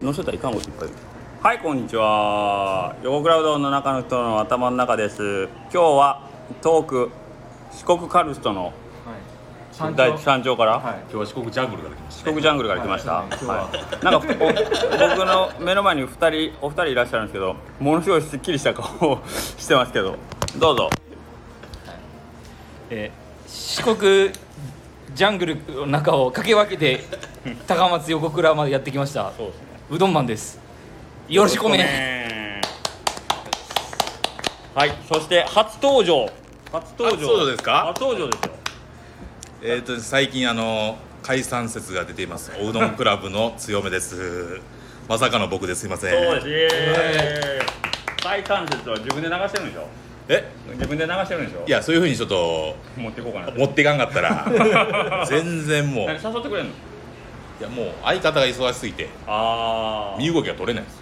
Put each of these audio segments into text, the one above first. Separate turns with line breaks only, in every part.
の人たらいかんこといっぱいいるはいこんにちは横クラウドの中の人の頭の中です今日は遠く四国カルストの
山
第
頂
山頂か
は
ら、
い
今日は四国ジャングルから来まし
四国ジャングルから来ました、
はい今日は
はいなんかふお僕の目の前に二人お二人いらっしゃるんですけどものすごいすっきりした顔をしてますけどどうぞ
えー四国ジャングルの中を駆け分けて高松横倉までやってきました
そうですね
うどんマンですよろしくお願い
はいそして初登場初登場
初登場ですか
初登場ですよ
たえっ、と最近あの解散説が出ていますおうどんクラブの強めですまさかの僕ですいません
そうですイエーイ再関節は自分で流してるんでしょ
え
自分で流してるんでしょ
いやそういうふうにちょっと
持っていこうかなって
持っていかんかった ら全然もう
何誘ってくれんの
いやもう相方が忙しすぎて
ああ
身動きが取れないんですよ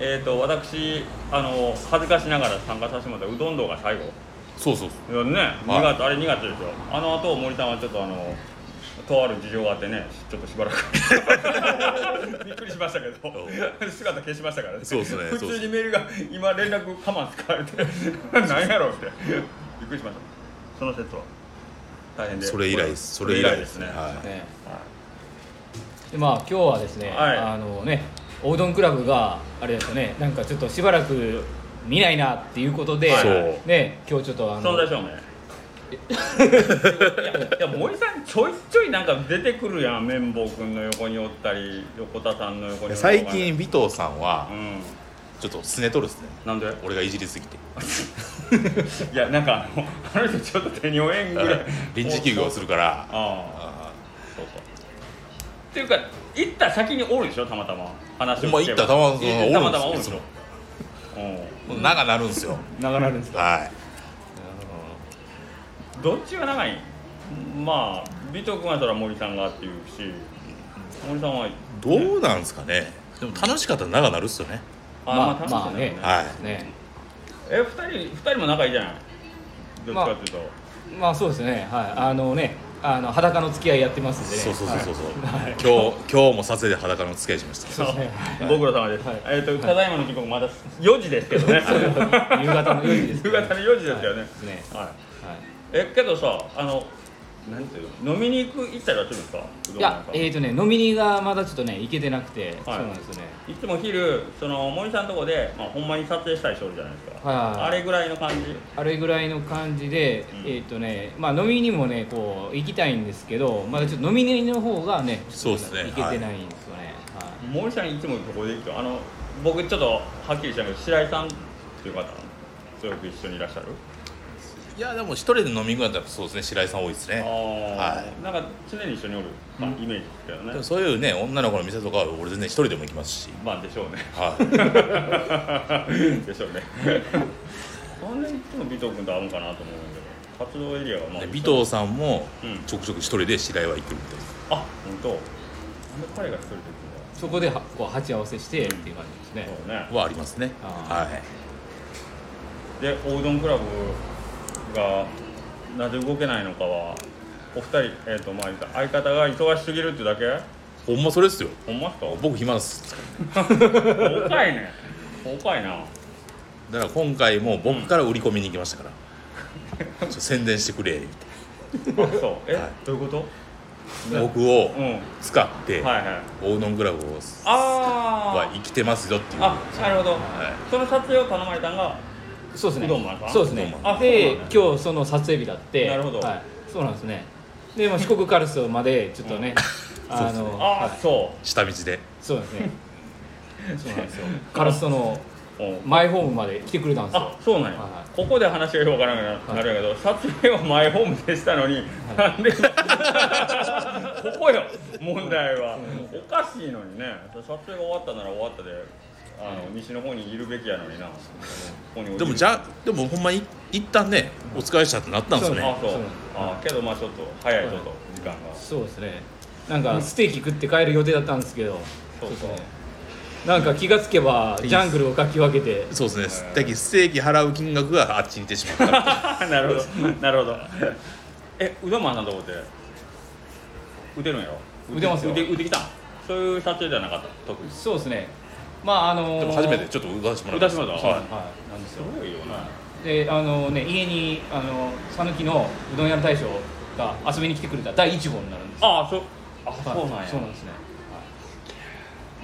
えっ、と私あの恥ずかしながら参加させてもらったうどん道が最後
そうそう
いやね、2月あれ2月ですよあの後森さんはちょっとあのとある事情があってねちょっとしばら くびっくりしましたけど姿消しましたからね
そうっすね
普
そうっ
通
す
にメールが今連絡我慢使われて 何やろうってびっくりしましたその説は大変で
それ以来ですそ
そ
れ
れ
以
以
来
来
で
ですす
ね
ね
はい
ねでまあ今日はですね、
はい
あのねおうどんクラブがあれですよねなんかちょっとしばらく見ないなっていうことで、
そう
ね今日ちょっとあの
存在証明いや いや森さんちょいちょいなんか出てくるやん綿棒君の横におったり横田さんの横におったり
最近尾藤さんは
うん
ちょっとすねとるっすね
なんで
俺がいじりすぎて
いやなんかあのあの人ちょっと手に負えんぐらい
臨時休業するから
ああ
あ
そうそうっていうか行った先におるでしょたまたま話を
ほんま
聞け
行っ
ば
たたまたまおるんですよ
たまたまおるでしょう
ー長なるんですよ
長なるんですか
は
んどっちが長いんまあ尾藤君はそら森さんがっていうし森さんはい
どうなんですかねでも楽しかったら長なるっすよね
あ
まあ
まあ楽しかったね
ま
はい
ね
え二人二人も仲いいじゃないどっちかっていうと、
まあそうですねはいあのねあの裸の付き合いやってますんでね
そうそうそうそうそう
はいはい
今日今日も撮影で裸の付き合いしました
そうですねはい
ご苦労様です、
はい
えっ、とただいまの時刻まだ4時ですけどね
夕方の4時で すね
夕方の4時ですよね、
はいね
はい
はい
えけどさあのなんていうの飲みに行く行ったりはするんですかうどん
い
屋
や
さ、ん
えーとね、飲みにがまだちょっとね、行けてなくて、そうなんですよね。
いつも昼その森さんのとこで、まあ、ほんまに撮影したりしてるじゃないですか、
はいはいはい
あれぐらいの感じ
あれぐらいの感じで、
うん
えーとね、まあ飲みにもね、こう行きたいんですけど、まだちょっと飲みにの方がね、
そうですね
行けてないんですよね。はい
森さんいつもどこで行くとあの僕ちょっとはっきりしたけど白井さんっていう方強く一緒にいらっしゃる
いやでも一人で飲みに行くんだったらそうですね白井さん多いです
ああ、
ねは
なんか常に一緒におる、まあ、イメージですけどね
でもそういうね女の子の店とかは俺全然一人でも行きますし
まあでしょうね
はい
でしょうねそんなにいつも尾藤君と会うんかなと思うんだけど活動エリアがまあ
で尾藤さんも
うん
ちょくちょく一人で白井は行くみたいです
あ本当。なんで彼が一人で行
そこではこう鉢合わせしてっていう感じですね。
くんだそうね
はありますね
あ
はい
でおうどんクラブがなぜ動けないのかはお二人えっ、とまあ相方が忙しすぎるってだけ
ほんまそれっすよ
ほんまっすか
僕暇です
おかいねおかいな
だから今回も僕から売り込みに行きましたからちょっと宣伝してくれみ
あそう え、
はい
どういうこと
たいな僕を
うんはい
使って
はい
オうどんグラブをは
あ
生きてますよっていう
ああなるほど、
は
その撮影を頼まれたんが
そうですね。
うどんマンさん
そうです
うど
ね
ん。
マン
で
あ、
今日その撮影日だって。
なるほど
はい。そうなんですね。で、まあ四国カルストまでちょっとね、あの、
あ、
はい
そ
下道で
そうですね。そうなんですよ。カルストの
う、うん
マイホームまで来てくれたんですよ
あ。そうなんや、
はいはい
ここで話がよくわからなくななるんやけど、撮影をマイホームでしたのに、なんで ここよ問題はおかしいのにね撮影が終わったなら終わったであの西の方にいるべきやのになここに
でもじゃあでもほんまに一旦ねお疲れしたってなったんですよ
あ
ね
そう
そう
あけどまあちょっと早いちょっと時間が
そうですねなんかステーキ食って帰る予定だったんですけど
そうそう
ですねなんか気がつけばジャングルをかき分けて
そうですねだけどステーキ払う金額があっちに行ってしまった
なるほどなるほどえうどんマンさんとこって打てるんやろ
打てますよ
腕腕きたんそういう撮影じゃなかった特に
そうですねまああのー
でも初めてちょっと歌わせてもらいました
歌わせてもら
は
っ
はいなんですよ
ごいよな
であのね家にあの讃岐のうどん屋の大将が遊びに来てくれた第一号になるんですよ
ああそうあ
はい
そうなんや
そうなんですね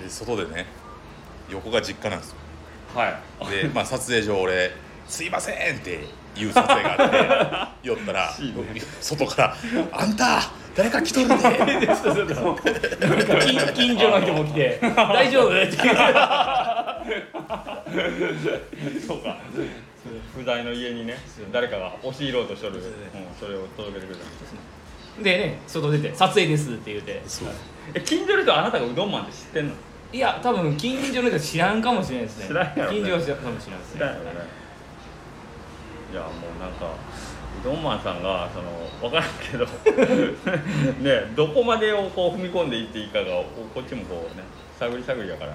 いで外でね横が実家なんですよ
はい
で、まあ、撮影上俺「すいません」って言う撮影があって 寄ったら
しいね
外から「あんた誰か来とるね
近近所の人も来 て「大丈夫?」って言う
そうか不在の家にね誰かが押し入ろうとしとる、うん、それを届けてくれた
でね外出て「撮影です」って言うて
え近所の人はあなたがうどんマンって知ってんの
いや多分近所の人知らんかもしれないですね
知らんやろね
近所の人かもしれないですね
よねいやもうなんかうどんマンさんがその分からんけど ねどこまでをこう踏み込んでいっていいかがこっちもこうね探り探りやから、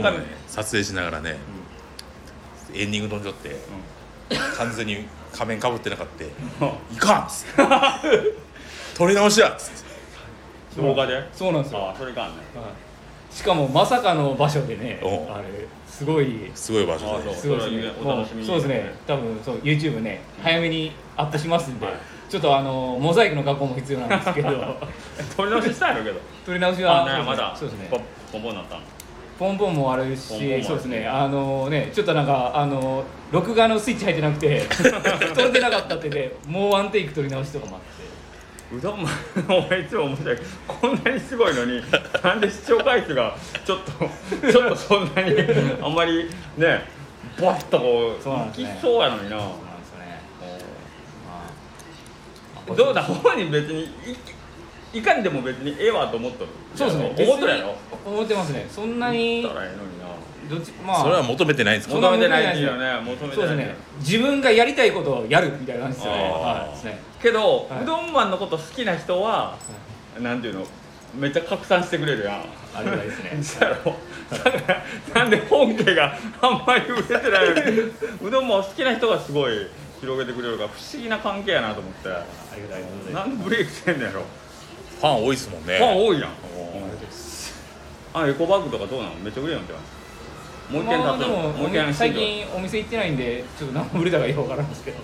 うん
日もね撮影しながらね、エンディング飛んじゃって、完全に仮面かぶってなかったいかん」っつって 「撮り直しや」っつって
動画で
そうなんですよ
ああそれかんね
はいしかもまさかの場所でね
おう
あれすごい
すごい場所
あ
で
そ
すごいです
れは
ね
お楽しみに
そうです ね多分そう YouTube ね早めにアップしますんで
はい
ちょっとあのモザイクの加工も必要なんですけど
撮り直ししたんやろうけど
撮り直し
あ
は
なんやまだ
そうですね
ポンポンポンなったの
ポンポンもあるし
ポンポンもある
そうですねあのねちょっとなんかあの録画のスイッチ入ってな くて撮れてなかったってでもうワンテイク撮り直しとかもあって
う どんまん俺いつも面白いこんなにすごいの になんで視聴回数がちょっとち ょっとそんな にあんまりねバッとこう
そうな
行
んです
き
ね
そうやのにな
そうなんですよねまあ
どうだ本人別にいいかんでも別にええわと思っとる
そうですね
思っとるやろ
別に思ってますねそんなに
思ったらええのにな
どっちまあ
それは求めてないんですか
そんな
求
こ
めて
とない
な
で
い
す
よ
よ
ね求めて
そ
ない
うです
け
ね
ど
自分がやりたいことをやるみたいな感じですよね
あー
はいですね
けど、
はいう
どんマンのこと好きな人は、なんていうのめっちゃ拡散してくれるやん
ありがたいですね
そうやろだから なんで本家があんまり売れてないのにうどんも好きな人がすごい広げてくれるから不思議な関係やなと思って
ありがたいことで
なんでブレイクしてんのやろ
ファン多いですもんね
ファン多いやんあエコバッグとかどうなのめっちゃ売れよんじゃんもう一件
ま
買
あ
っ
で
たの
も
もう一件
最近お店行ってないんでちょっと何も売れたかよくわからんですけど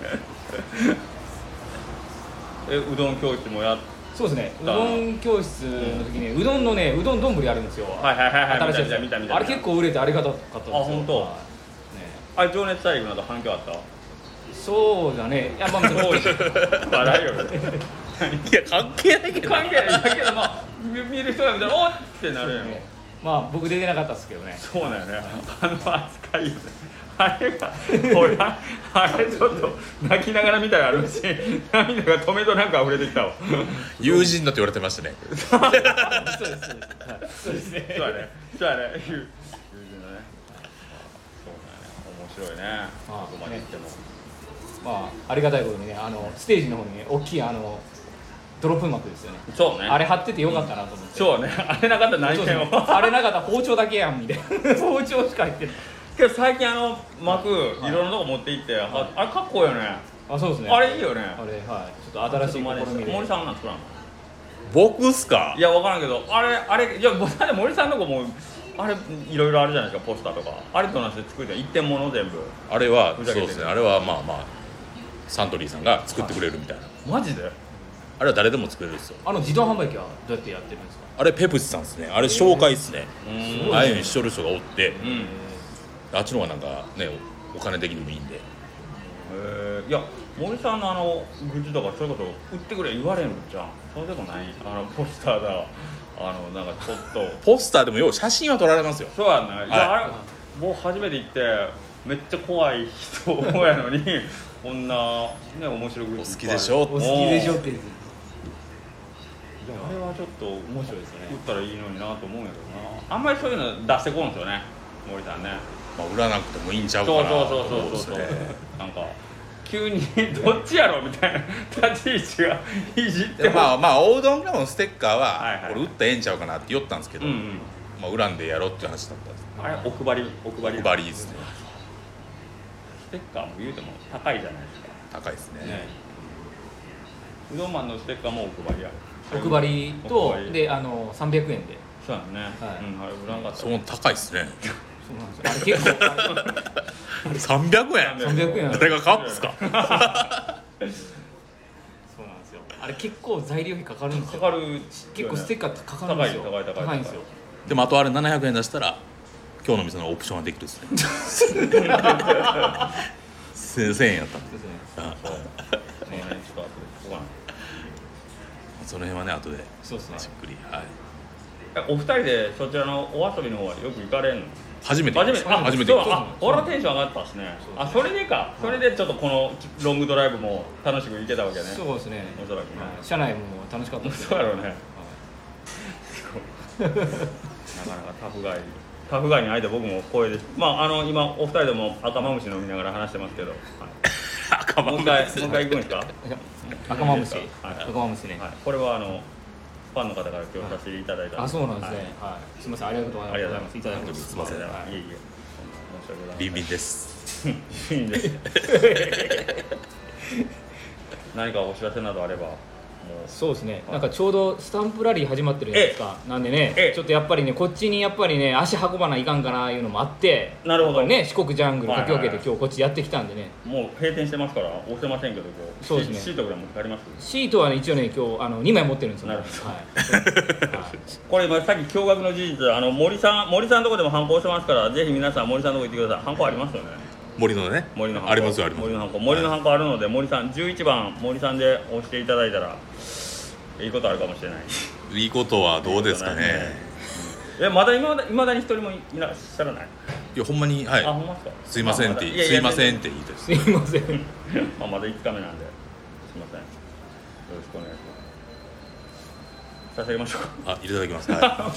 えうどん教室もやっ
そうですねうどん教室の時にうどんのねうどん丼あるんですよ
はいはいはいはい
新しいやつ
見た見た見た見た
あれ結構売れてありがたかったんですよ
あ本当
はいね
あれ情熱大陸など反響あった
そうだねいやまあ
笑いよ俺
いや関係ないけど
関係ないだけどまあ見見る人が見たらおっってなるやん
まあ僕出てなかったですけどね
そうだよねあの扱いよねあれがほらあれちょっと泣きながら見たらあるし涙が止めとなんか溢れてきたわ
友人だって言われてましたね
そうですそうですはい そうですね
そうやねそうやね友友人のねそうだよね面白いね
あ
ここまで行っても
まあ、ありがたいことにね、あのステージの方にね、大きいあのドロップ幕ですよね。
そうね
あれ貼っててよかったなと思って。
そうねあれなかったら
そ
何
うです
件も
ねあれなかったら包丁だけやんみたいな。 包丁しか入ってない。
けど最近あの幕いろんなとこ持って行ってああれかっこいいよね
あ、そうですね。
あれいいよね
あれ、はい。ちょっと新しい試みで。
森さんなん作らんの
僕っすか
いや分からんけどあれあれいやもうだって森さんの子もあれいろいろあるじゃないですかポスターとかあれと同じで作るじゃん一点物全部
あれは
ふざけ
そう
てる
ですねあれはまあまあサントリーさんが作ってくれるみたいな、
マジで
あれは誰でも作れるんですよ
あの自動販売機はどうやってやってるんですか。
あれペプシさんですねあれ紹介ですね、
うん
ああいうのにしとる人がおって
うんへ
あっちの方がなんかねおお金的にもいいんで
えいや森さんのあのグッズとかそういうこと売ってくれ言われんじゃんそうでもないあのポスターだあのなんかちょっと
ポスターでもよう写真は撮られますよ
そうやんな、いやあれもう初めて行ってめっちゃ怖い人やのにこんなね面白いグ
お
ッ
好
ズ
きでし
いっ
ょ
お好きでしょって言って。
ぱいあるいやあれはちょっと面
面白いですね
打ったらいいのになと思うんやけどなあんまりそういうの出してこんすよね森さんね
まあ、売らなくてもいいんちゃ
そうう
か
そう
な
そうそうそうそうなんか急に どっちやろみたいな立ち位置がいじって
でま
あ
あまあおうどんラボのステッカー
はいは
はい俺売ったらええんちゃうかなって言ったんですけ
う
ど、
んうん
まあ、売らんでやろうっていう話だったんです
あれお配りお配り
おばりですね
ステッカーも言うても高いじゃないですか
高いですね
ねうどんマンのステッカーもお配りや
お配り
お
と
配り
であの300円で
そうやね、
はい
うん、あれ売らんかった
そう高いですね
そうなんですよあれ結構
300円
300円
誰が買うんですか
そうなんですよ あれ結構材料費かかるんです
か
よ
かる
結構ステッ
ッ
カーってかかるんですよ
高い高い高い
高いんですよ
でもあとあれ700円出したら今日の店のオプションができるですねせ1000円やったんで
そうですね
カーねちょっと後でここはね
その辺はね後で
そうですね
じっくり、はい、
えお二人でそちらのお遊びの方はよく行かれるの
初めて
初めてあ
初めて
そう
行きま
あこれはテンション上がったですね
そう
あそれでかそれでちょっとこのロングドライブも楽しく行けたわけね
そうですね
おそらくね
はい社内も楽しかったです
そうやろうねなかなかタフガイタフガイに会えて僕も光栄ですまああの今お二人でも赤マムシ飲みながら話してますけど、はい
した赤
もう
羽
一回もう一回行くんですか
赤マムシ
はい
赤マムシね
はい、これはあのファンの方から今日差し入れいただいた
あそうなんです
はい
ねはいすみませんありがとうございます
ありがとうございます
いただきます
すいません
はい
えいえ申し訳ございません
ビンビンです
いいんです何かお知らせなどあればもう
そうですね、なんかちょうどスタンプラリー始まってるじゃないですか、なんで
え
ね
え、
ちょっとやっぱりね、こっちにやっぱりね、足運ばないかんかないうのもあって、
なるほど
やっぱりね、四国ジャングル駆け分け
はいはいはい
て、今日こっちやってきたんでね、
もう閉店してますから押せませんけどこう
そうですね
シシートぐらい持って帰ります
シートはね、一応ね、今日あの2枚持ってるんですよ、
なるほ
はいはい
これ今さっき驚愕の事実あの森さん森さんのとこでも反抗してますからぜひ皆さん森さんのとこ行ってください反抗ありますよね
森のね
森のハンコ
ありますよあります
森のハンコ森のハンコあるので森さん11番森さんで押していただいたらいいことあるかもしれない
いいことはどうですかね
えまだ今まだ未だに一人もいらっしゃらない、
いやほんまには
あ
い
ほんまですか
すいませんって
あだ
すいませ
や
んって言いたいです
すいませ ん、
まあ、まだ5日目なんで、すみません。よろしくお願いします。差し上げましょう
あいただきますは
か。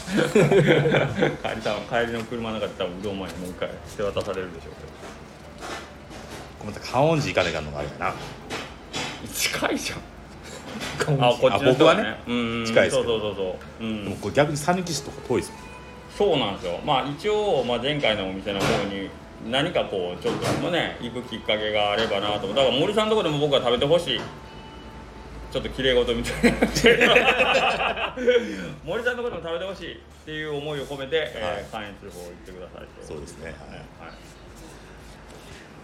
帰りた 帰りの車の中で多分うどん前にもう一回手渡されるでしょうけ
いまた観音寺行かねえかんのがあるかな
ど。近いじゃん。
赤マ
あ
ムシ
こっちの人は
あ僕はね
ね。うん
近いです
そ
け
う
ど
そうそうそう。う
でも
ん。
これ逆に讃岐市とか遠いですもん
そうなんですよ。まあ一応まあ前回のお店の方に。何かこうちょっとでもね行くきっかけがあればなと思ってだから森さんのとこでも僕は食べてほしいちょっと綺麗事みたいになってる 森さんのことも食べてほしいっていう思いを込めて、えー、関越の方行ってくださいと
そうですねはい
はい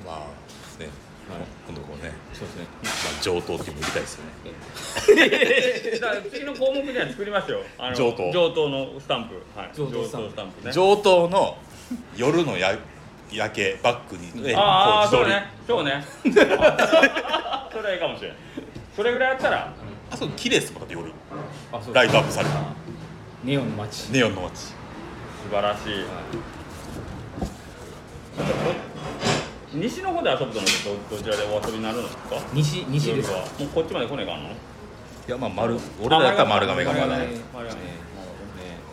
まあね今度こうね、
そうですね、
まあ、上等っていうのも行きたいですよね
えだから次の項目には作りますよあの
上等
上等のスタンプ、はい、
上等スタンプ
ね
上等の夜のや夜景バックにね
ああ
こ
そうう
自撮
ねそ
り
うね それはいいかもしれんそれぐらいやったら
あそう綺麗ですもんだって夜
あそう
ライトアップされた
ネオンの街、
ネオンの街
素晴らしい、西の方で遊ぶと思うとどどちらでお遊びになるんですか
西西です
夜はもうこっちまで来ねえかんの
いやまあ丸俺らやったら丸亀がまだ
丸
ね
亀
丸亀
ね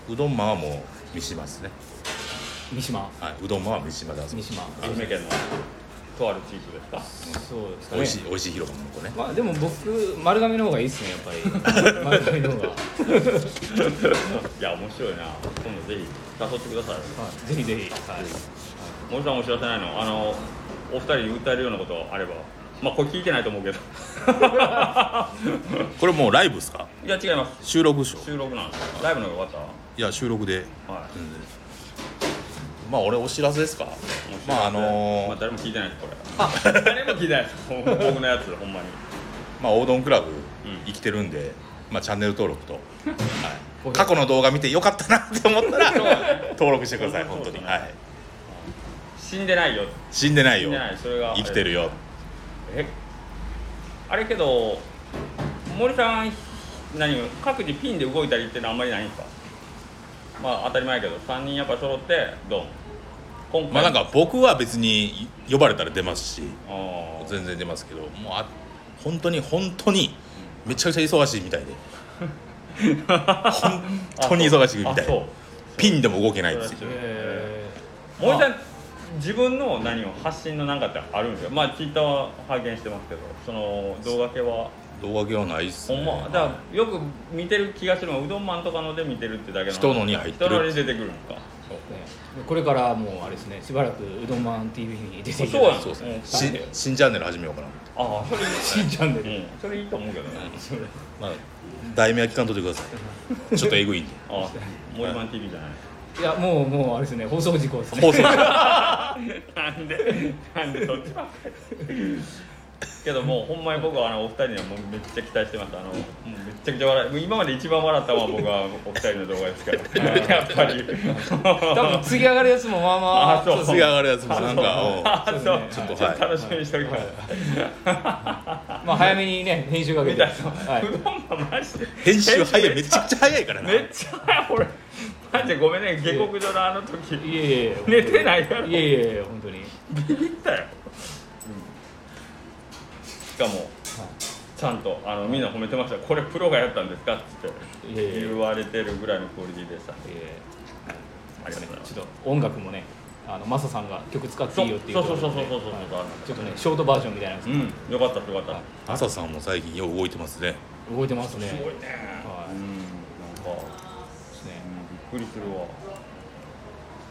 うどんまんはもう三島ですね
三島、
はいうどんまんは三島で遊ぶ
三島、
愛媛県のとある地域ですか
そうですか
美
ね
味しい美味しい広場もこうね
まあでも僕丸亀の方がいいですねやっぱり丸亀の方が、はい
や面 白いな今度ぜひ誘ってください
い、ぜひぜひ、はい、
森さんお知らせないのあのお二人に訴えるようなことあればまあこれ聞いてないと思うけど
これもうライブですか
いや違います
収録でしょ
収録なんですよライブの方が良かっ
いや収録で
たはい
まあ俺お知らせですか
面白い
まああのー
まあ、誰も聞いてないですこれ誰も聞いてないですほん僕のやつほんまに
まあ、オードンクラブ
ん
生きてるんで、まあ、チャンネル登録と、はい、
僕
過去の動画見てよかったなって思った ら登録してください本当に、はい、
死んでないよ
死んでない
死ん
よ
でないそれが
生きてるよ
えあれけど森さん何各自ピンで動いたりってのはあんまりないんですかまあ当たり前やけど3人やっぱ揃ってドン今回
まあなんか僕は別に呼ばれたら出ますし
あー
全然出ますけどもうあ本当に本当にめちゃくちゃ忙しいみたいで本当に忙しいみ
あ
たい
そう
でピンでも動けないんです
そ
よ
う
え
森さん自分の何を発信のなんかってあるんですかまあツイッターは拝見してますけどその動画系は
動画系はないっす
ほん
ね
まだからよく見てる気がするのはうどんまんとかので見てるってだけな
人のに入ってる
人のに出てくるのか
ーねこれからもうあれですねしばらくうどんまん TV に出ていた
そう
だ
やん
いて
そうですね
うん
新新チャンネル始めようかな
ああそれいいです
新
ね
チャンネ
う
ル
んそれいいと思うけどねそれ
まあ題名は聞かんといてくださ いちょっとえぐいんで
ああモイマン TV じゃない
いやもうもうあれですね放送事故ですね
放送
なんでなんでそっちばっかりけどもうほんまに僕はあのお二人にはもうめっちゃ期待してますあのもうめっちゃくちゃ笑いもう今まで一番笑ったのは僕はお二人の動画ですから やっぱり
多分次上がるやつもまあまあ
あそう
次上がるやつもなんか
あそう
そうです
ち
ね
ょっと
はい
楽しみにしておきます
まあ早めにね編集かけ
見
て
たそう
はいう
どんがマジで
うん編集早いめちゃくちゃ早いからな
めっちゃ早い俺マジでごめんね下克上のあの時
いえいえい え
寝てないやろ
いえいえいえ本当に
ビビったよ、しかも、ちゃんとあのみんな褒めてましたこれプロがやったんですかって
いやいや
言われてるぐらいのクオリティでした
え
ありがとうございま
ー
す
ちょっと音楽もねあのマサさんが曲使っていいよっていう
そうそう
こと
そう
で
そうそうそう
はい
そう
ちょっとねショートバージョンみたいなやつ
うんよかったよかった、
朝さんも最近よう動いてますね
動いてますね
すごいね、
は
う
い
んなんか、
ですね
うん、びっくりするわ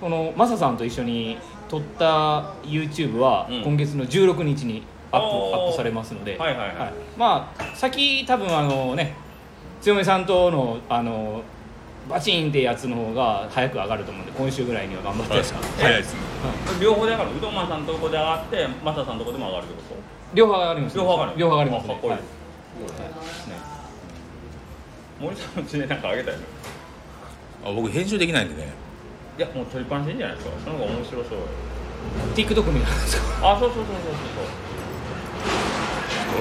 このマサさんと一緒に撮った YouTube は
うん
今月の16日にアップ,、
おー
アップされますので、
はいはいはい
まあ先多分あのね強めさんとのあのバチンってやつの方が早く上がると思うんで今週ぐらいには頑張って、
早いですね
両方で上がるうどんまんさんのとこで上がってマサさんのとこでも上がるってこ
両方上がります
と両方上がる
両方上がります、ね
あかっこいい、
はいね
森さんのうちでなんかあげたいね
あ僕編集できないんでね
いやもう取りっぱなしでいいんじゃないですかその方が面白そうよ
TikTok 見るんですか
あそうそうそうそう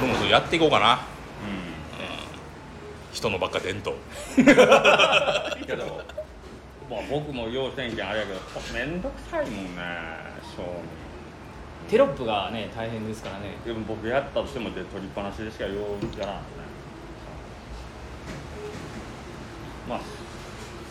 そうそう
俺もそうやっていこうかな
う
人のばっか伝統
んけど、まあ、僕も要選権あれやけどめんどくさいもんね正
テロップがね大変ですからね
味でも僕やったとしてもで取りっぱなしでしかようやらんねまあ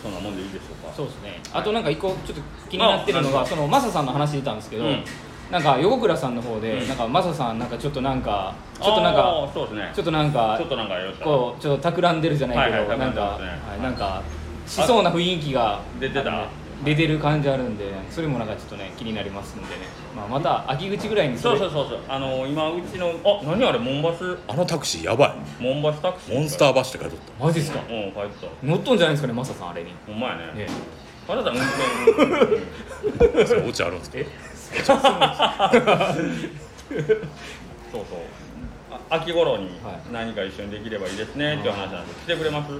そんなもんでいいでしょうか
そうですねあとなんか一個ちょっと気になってるの
あ
がそのマサさんの話出たんですけど、
うん
なんか横倉さんの方で、
うん
なんかマサさんなんかちょっとなんかちょっとなん
あ
か
ーそうですね
ち
ち
ょっとなんか
ょっとなんかやりました
こうちょっと企んでるじゃないけど、
はいはい
な
企
んか、
んでますね
はいなんかしそうな雰囲気が
出てた
あの出てる感じあるんでそれもなんかちょっとね気になりますんでね、まあ、また秋口ぐらいに
そうそううそうそうあの今うちのあ何あれモンバス
あのタクシーやば
モンバスタクシ
い
ー
モンスタ
ー
ーバッシュって書いとっ
マジですか
うん帰ってた
乗っとんじゃないですかねマサさんあれに、
ほんまやね
ね、
あなた運転うん
たそれオチあるんですか
え
そうそうあ秋頃に
はい
何か一緒にできればいいですねっていう話なんです来てくれます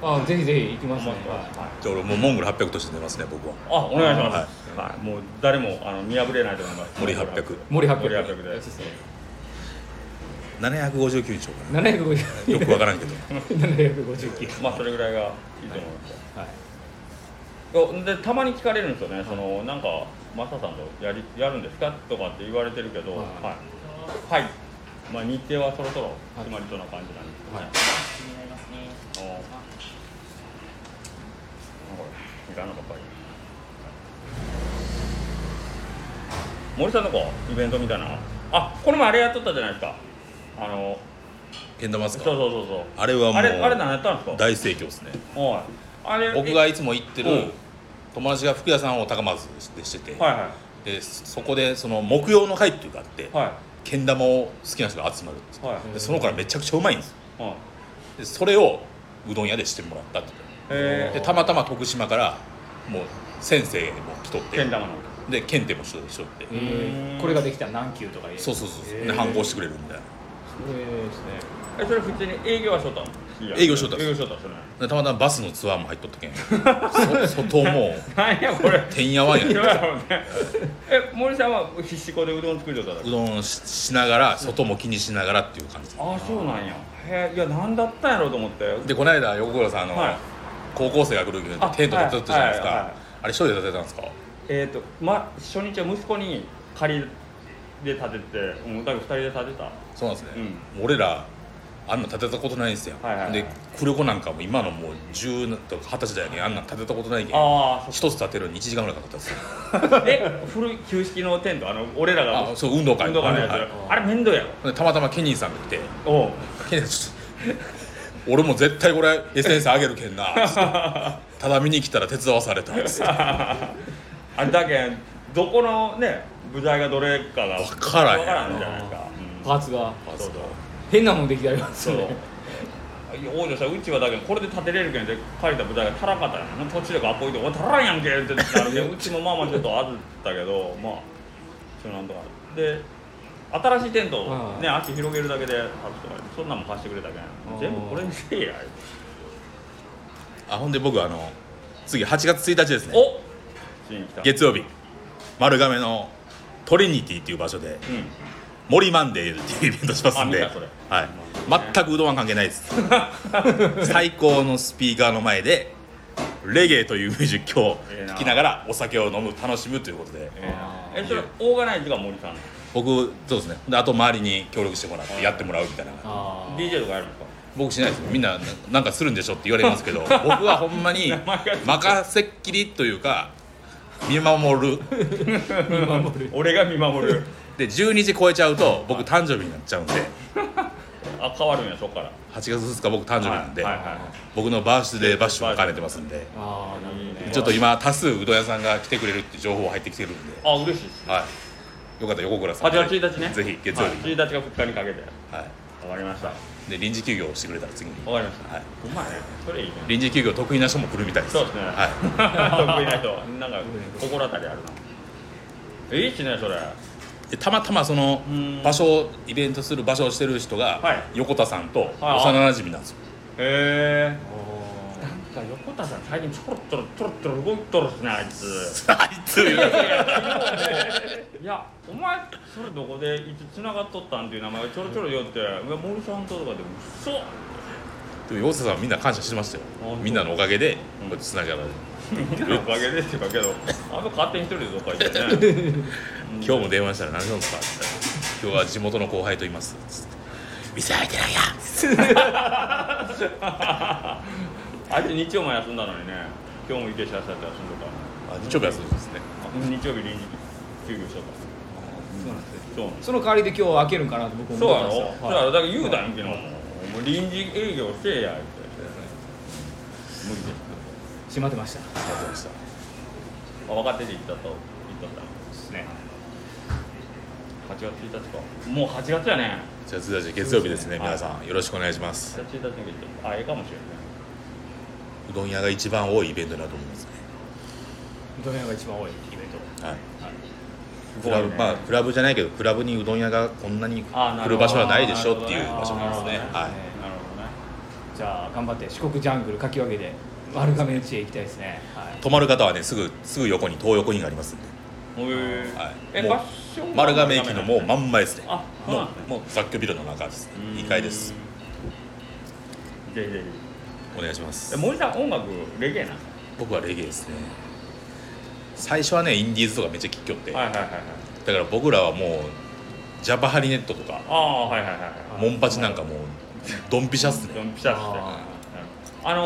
あぜひぜひ行きますね、
思ってます
は
はい
じゃあ俺もうモンゴル800として出ますね僕は
あお願いします、はい、もう誰もあの見破れないと思います
森800
い、森
森
800
800で
759にしようかなよ
750
くわからんけど
759
まあそれぐらいがいいと思います、
はい
おでたまに聞かれるんですよね、そのなんか、マサさんとやりやるんですかとかって言われてるけど、
は
はいい、はいまあ、日程はそろそろ決まりそうな感じなんですけどね。はいおーなんかいらんのかやっぱり森さんのこイベントみたいなあこの前あれやっとったじゃないですかあの
けん玉っす
そう
か
そうそうそう
あれはもう
あれあれ何やったんですか
大盛況ですね
はいあれ
僕
は
が
い
いつも行って
う
る
ん
友達が服屋さんを高松でしてて、
は
でそこでその木曜の会っていうのがあって、
いはい
けん玉を好きな人が集まるんですよ
はい
でその子らめちゃくちゃうまいんですよ
はい
でそれをうどん屋でしてもらったって
え
でたまたま徳島からもう先生も来とっ
ー、
て
けん玉の
で検定もしとしとって、
えーこれができたら何級とかいう
そうそうそうそう、
えー
で反抗してくれるみたいな
えーですね
えそれ普通に営業はしとったのいや
営業しとったっす
営業しとったっすね
でたまたまバスのツアーも入っとったけんそ外もう
なんやこれ
てんやわんや
い
ね
やだろうねえ森さんは必死こでうどん作りとっただ
う
け
どんししながら外も気にしながらっていう感じ
ああそうなんやへえいや何だったんやろうと思って
でこの間横倉さんあの、
はい
高校生が来るけど
あ
テント立てたじゃないですか、
はいはいはい
あれ一人で立てたんですか
えっ、とま初日は息子に借りで立ててうんだから二人で立てた
そうなんですね、もう俺らあんな立てたことないんですよ、
はいはいはい
で黒子なんかも今のもう10とか20歳だよねあんな立てたことないけん
ああそ
一つ立てるのに1時間ぐらいかかったんですよ
っかえ古い旧式のテントあの俺らが
あそう運動会
運動会のやつ、
はいはい
あれ面倒やろ
でたまたまケニーさんが来て
おう
ケニーさんちょっと俺も絶対これ SNS 上げるけんなつってただ見に来たら手伝わされたっつって
あれだけどこのね部材がどれかが分
からへん
からんじゃないですか、
パーツが
うんそうそう
変なもんできてあります
そう
よね
いや王女さんうちはだけどこれで建てれるけんって借りた舞台が足らんかったんやな土地とかアポイントが足らんやんけってなるけんうちもまあまあちょっとあずったけどまあちょっとなんとかで新しいテントをね足広げるだけであるとかそんなんも貸してくれたけん全部これにせえや
あほんで僕あの次8月1日ですね
お次に来た
月曜日丸亀のトリニティっていう場所で
うん
森マンデーっていうイベントしますんで
あ見たそれ
はい、全くうどんは関係ない です最高のスピーカーの前でレゲエというミュージックを
ええな
聴きながらお酒を飲む楽しむということで
ええなえそれオーガナイズが森さんな
僕そうですねであと周りに協力してもらってやってもらうみたいな
あ
の DJ とかやるんですか
僕しないですみんなななんかするんでしょって言われます けど僕はほんまに任せっきりというか見守る
ー見守る
俺が見守る
で12時超えちゃうと僕誕生日になっちゃうんで
あ変わるんやそっから
8月2日僕誕生日なんで、
はいはいはい
僕のバースデーバッシュも兼ねてますんで
ああなるほどね
ちょっと今多数うどん屋さんが来てくれるって情報入ってきてるんで、
あ嬉しいです
はい、よかったら横倉さん
8月1日ね
ぜひ月曜日
はい1日か2日にかけて
はい、
わかりましたわか
で臨時休業してくれたら次に
りました
はいう
まいねそ れいいね
臨時休業得意な人も来るみたいです
そうですね
は
得意な人なんか心当たりあるないいっすねそれ
い、でたまたまその
うん
場所をイベントする場所をしてる人
は
が
い
横田さんと
はい
幼なじみなんですよ、
へえなんか横田さん最近ちょろちょろちょろちょろ動いとるっすねあいつ
あいつ言うな
いやお前それどこでいつつながっとったんっていう名前がちょろちょろ言っていや森さんととかでもそう
でも横田さんはみんな感謝してましたよ
あそう
みんなのおかげでこ
うん
うやってつながられる、
みんなのおかげですよけどあの勝手に一人でどっか行ってね
今日も電話したら何なんですかって言ったら今日は地元の後輩といますつって店開いてないや
あいつ日曜も休んだのにね今日も池シャシャって休んでた
あ日曜日休みですね
日曜日臨時休業しとった
そうなんですよ
そう
その代わりで今日は開けるんかなと僕
そう
思っ
や
てたん
ろそ
で
う
す
や
よ
ろだから言うたんやけどもう臨時営業せえやって無理です
閉まってました
ありがとうございました
あ若手で行ったと言っとっ
ですね
た8月1日かもう8月やね
じゃあ続いて月曜日ですね
そうで
皆
すね
さんよろしくお願いします
8月1日に行ってあええかもしれ
うどん屋が一番多いイベントだと思いますね
うどん屋が一番多いイベン
はいク
な
ラ
い
ブ
すごいね
まあクラブじゃないけどクラブにうどん屋がこんなに
あーな
来
る
る
ほど
場所はないでしょっていう場所
ト
なんで
あーなるほど
すねはい
ね
じゃあ頑張って四国ジャングルかき分けで丸亀の地へ行きたいですねはい
泊まる方はねすぐすぐ横に東横インがありますんで
へ
はい
え
もう
ファッション
丸亀駅のもう
丸亀なんや
真ん前ですね
あそう
も
なんですね
うもう雑居ビルの中です
うーん
2階です
ぜひぜ
お願いしま
ひえ
す
森さん音楽レゲエなんですか
僕はレゲエですね最初はねインディーズとかめっちゃ聞きよって
はいは
だ
いはいはい
から僕らはもうジャパハリネットとか
ああはいはいはいはい
モンパチなんかもうドンピシャっすね
ドンピシャして
あ
あの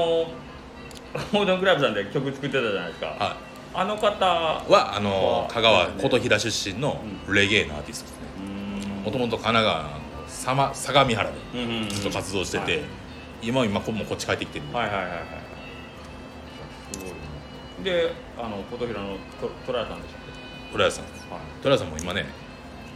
モードンクラブさんで曲作ってたじゃないですか、
は
あの方
い、はあの
あ
香川琴平出身のレゲエのアーティストですね
うーん
もともと神奈川のさま相模原で
うんうんうん
ずっと活動してて、
はい
今は今こもうこっち帰ってきてるんで、
はいはいはいはいすごいねであの琴平のトトラヤさんでしたっ
虎屋さん
け、はい、
虎屋さんも今ね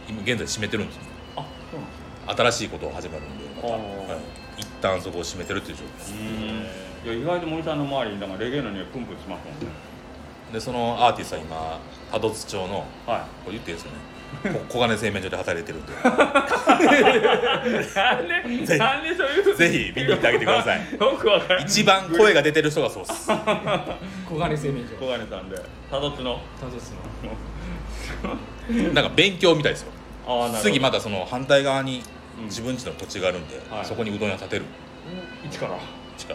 今現在閉めてるんですよ
あそうなんですね
新しいことを始まるんで、
あー
はい、一旦そこを閉めてるっていう状況です
うーんいや意外と森さんの周りにだからレゲエの匂いプンプンしますもんね
でそのアーティストは今多度津町の
は
これ言っていいですよねこ 小金製麺所で働いてる んで
いなんでなんでそういう
ぜひ見に行ってあげてください
よくわからん
一番声が出てる人がそうです
小金製麺所
小金さんで多度津の
単独室の
なんか勉強みたいですよ
ああなるほど
次またその反対側に
うん
自分家の土地があるんで、
はい
そこにうどん屋建てる
一から勉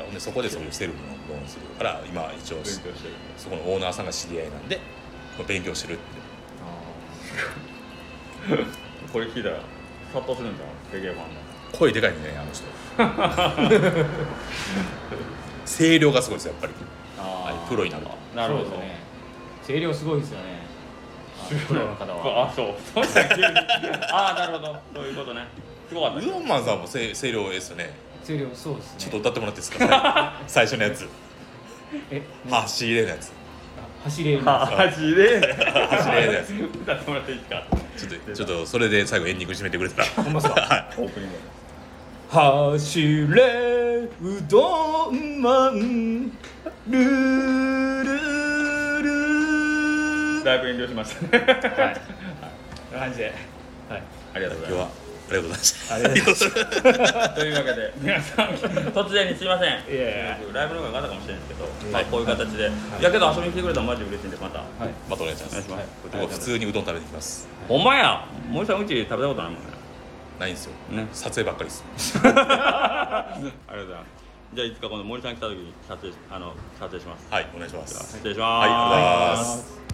力でそこでそういうセルフのうどんをするから今一応
強してる
そこのオーナーさんが知り合いなんでまあ勉強してるって
これ聞いたら殺到するんじゃんレゲエファンが
声でかいねあの人 声量がすごいですよやっぱり
あ
はいプロになると
なるほど
そうですね声量すごいですよねプロの方は
あそうそうですね急に ああなるほどそういうことねすごかった
ウ
ね
ーマンさんも声声量ですよね
声量そうですね
ちょっと歌ってもらっていいですか最初のやつ
え
走れのやつ
あ走れるんです
あ走れ
走れね
歌ってもらっていいですか
ちょっとちょっとそれで最後エンディング締めてくれたら
ほんまっすか
はい
オープニング
走れうどんマンルールルー
だいぶ遠慮しましたね
はいこんな感じではい
ありがとうご
今
ざいま
日はありがとうございました
すと
ありがとうご
ざいます
いうわけで皆さん突然にすいません
いや
ライブの方が良かったかもしれないですけど、
い
まあ、こういう形で、いやけど遊びに来てくれたらマジ嬉しいんでまた
はい
またお願いします
お願いし
僕は普通にうどん食べてきます
ほんまや森さんうち食べたことないもんね
ないんですよ
ね
撮影ばっかりです
ありがとうございますじゃあいつかこの森さん来た時に撮影あの撮影します
はいお願いします
失礼します、
はいありがとうございます
あー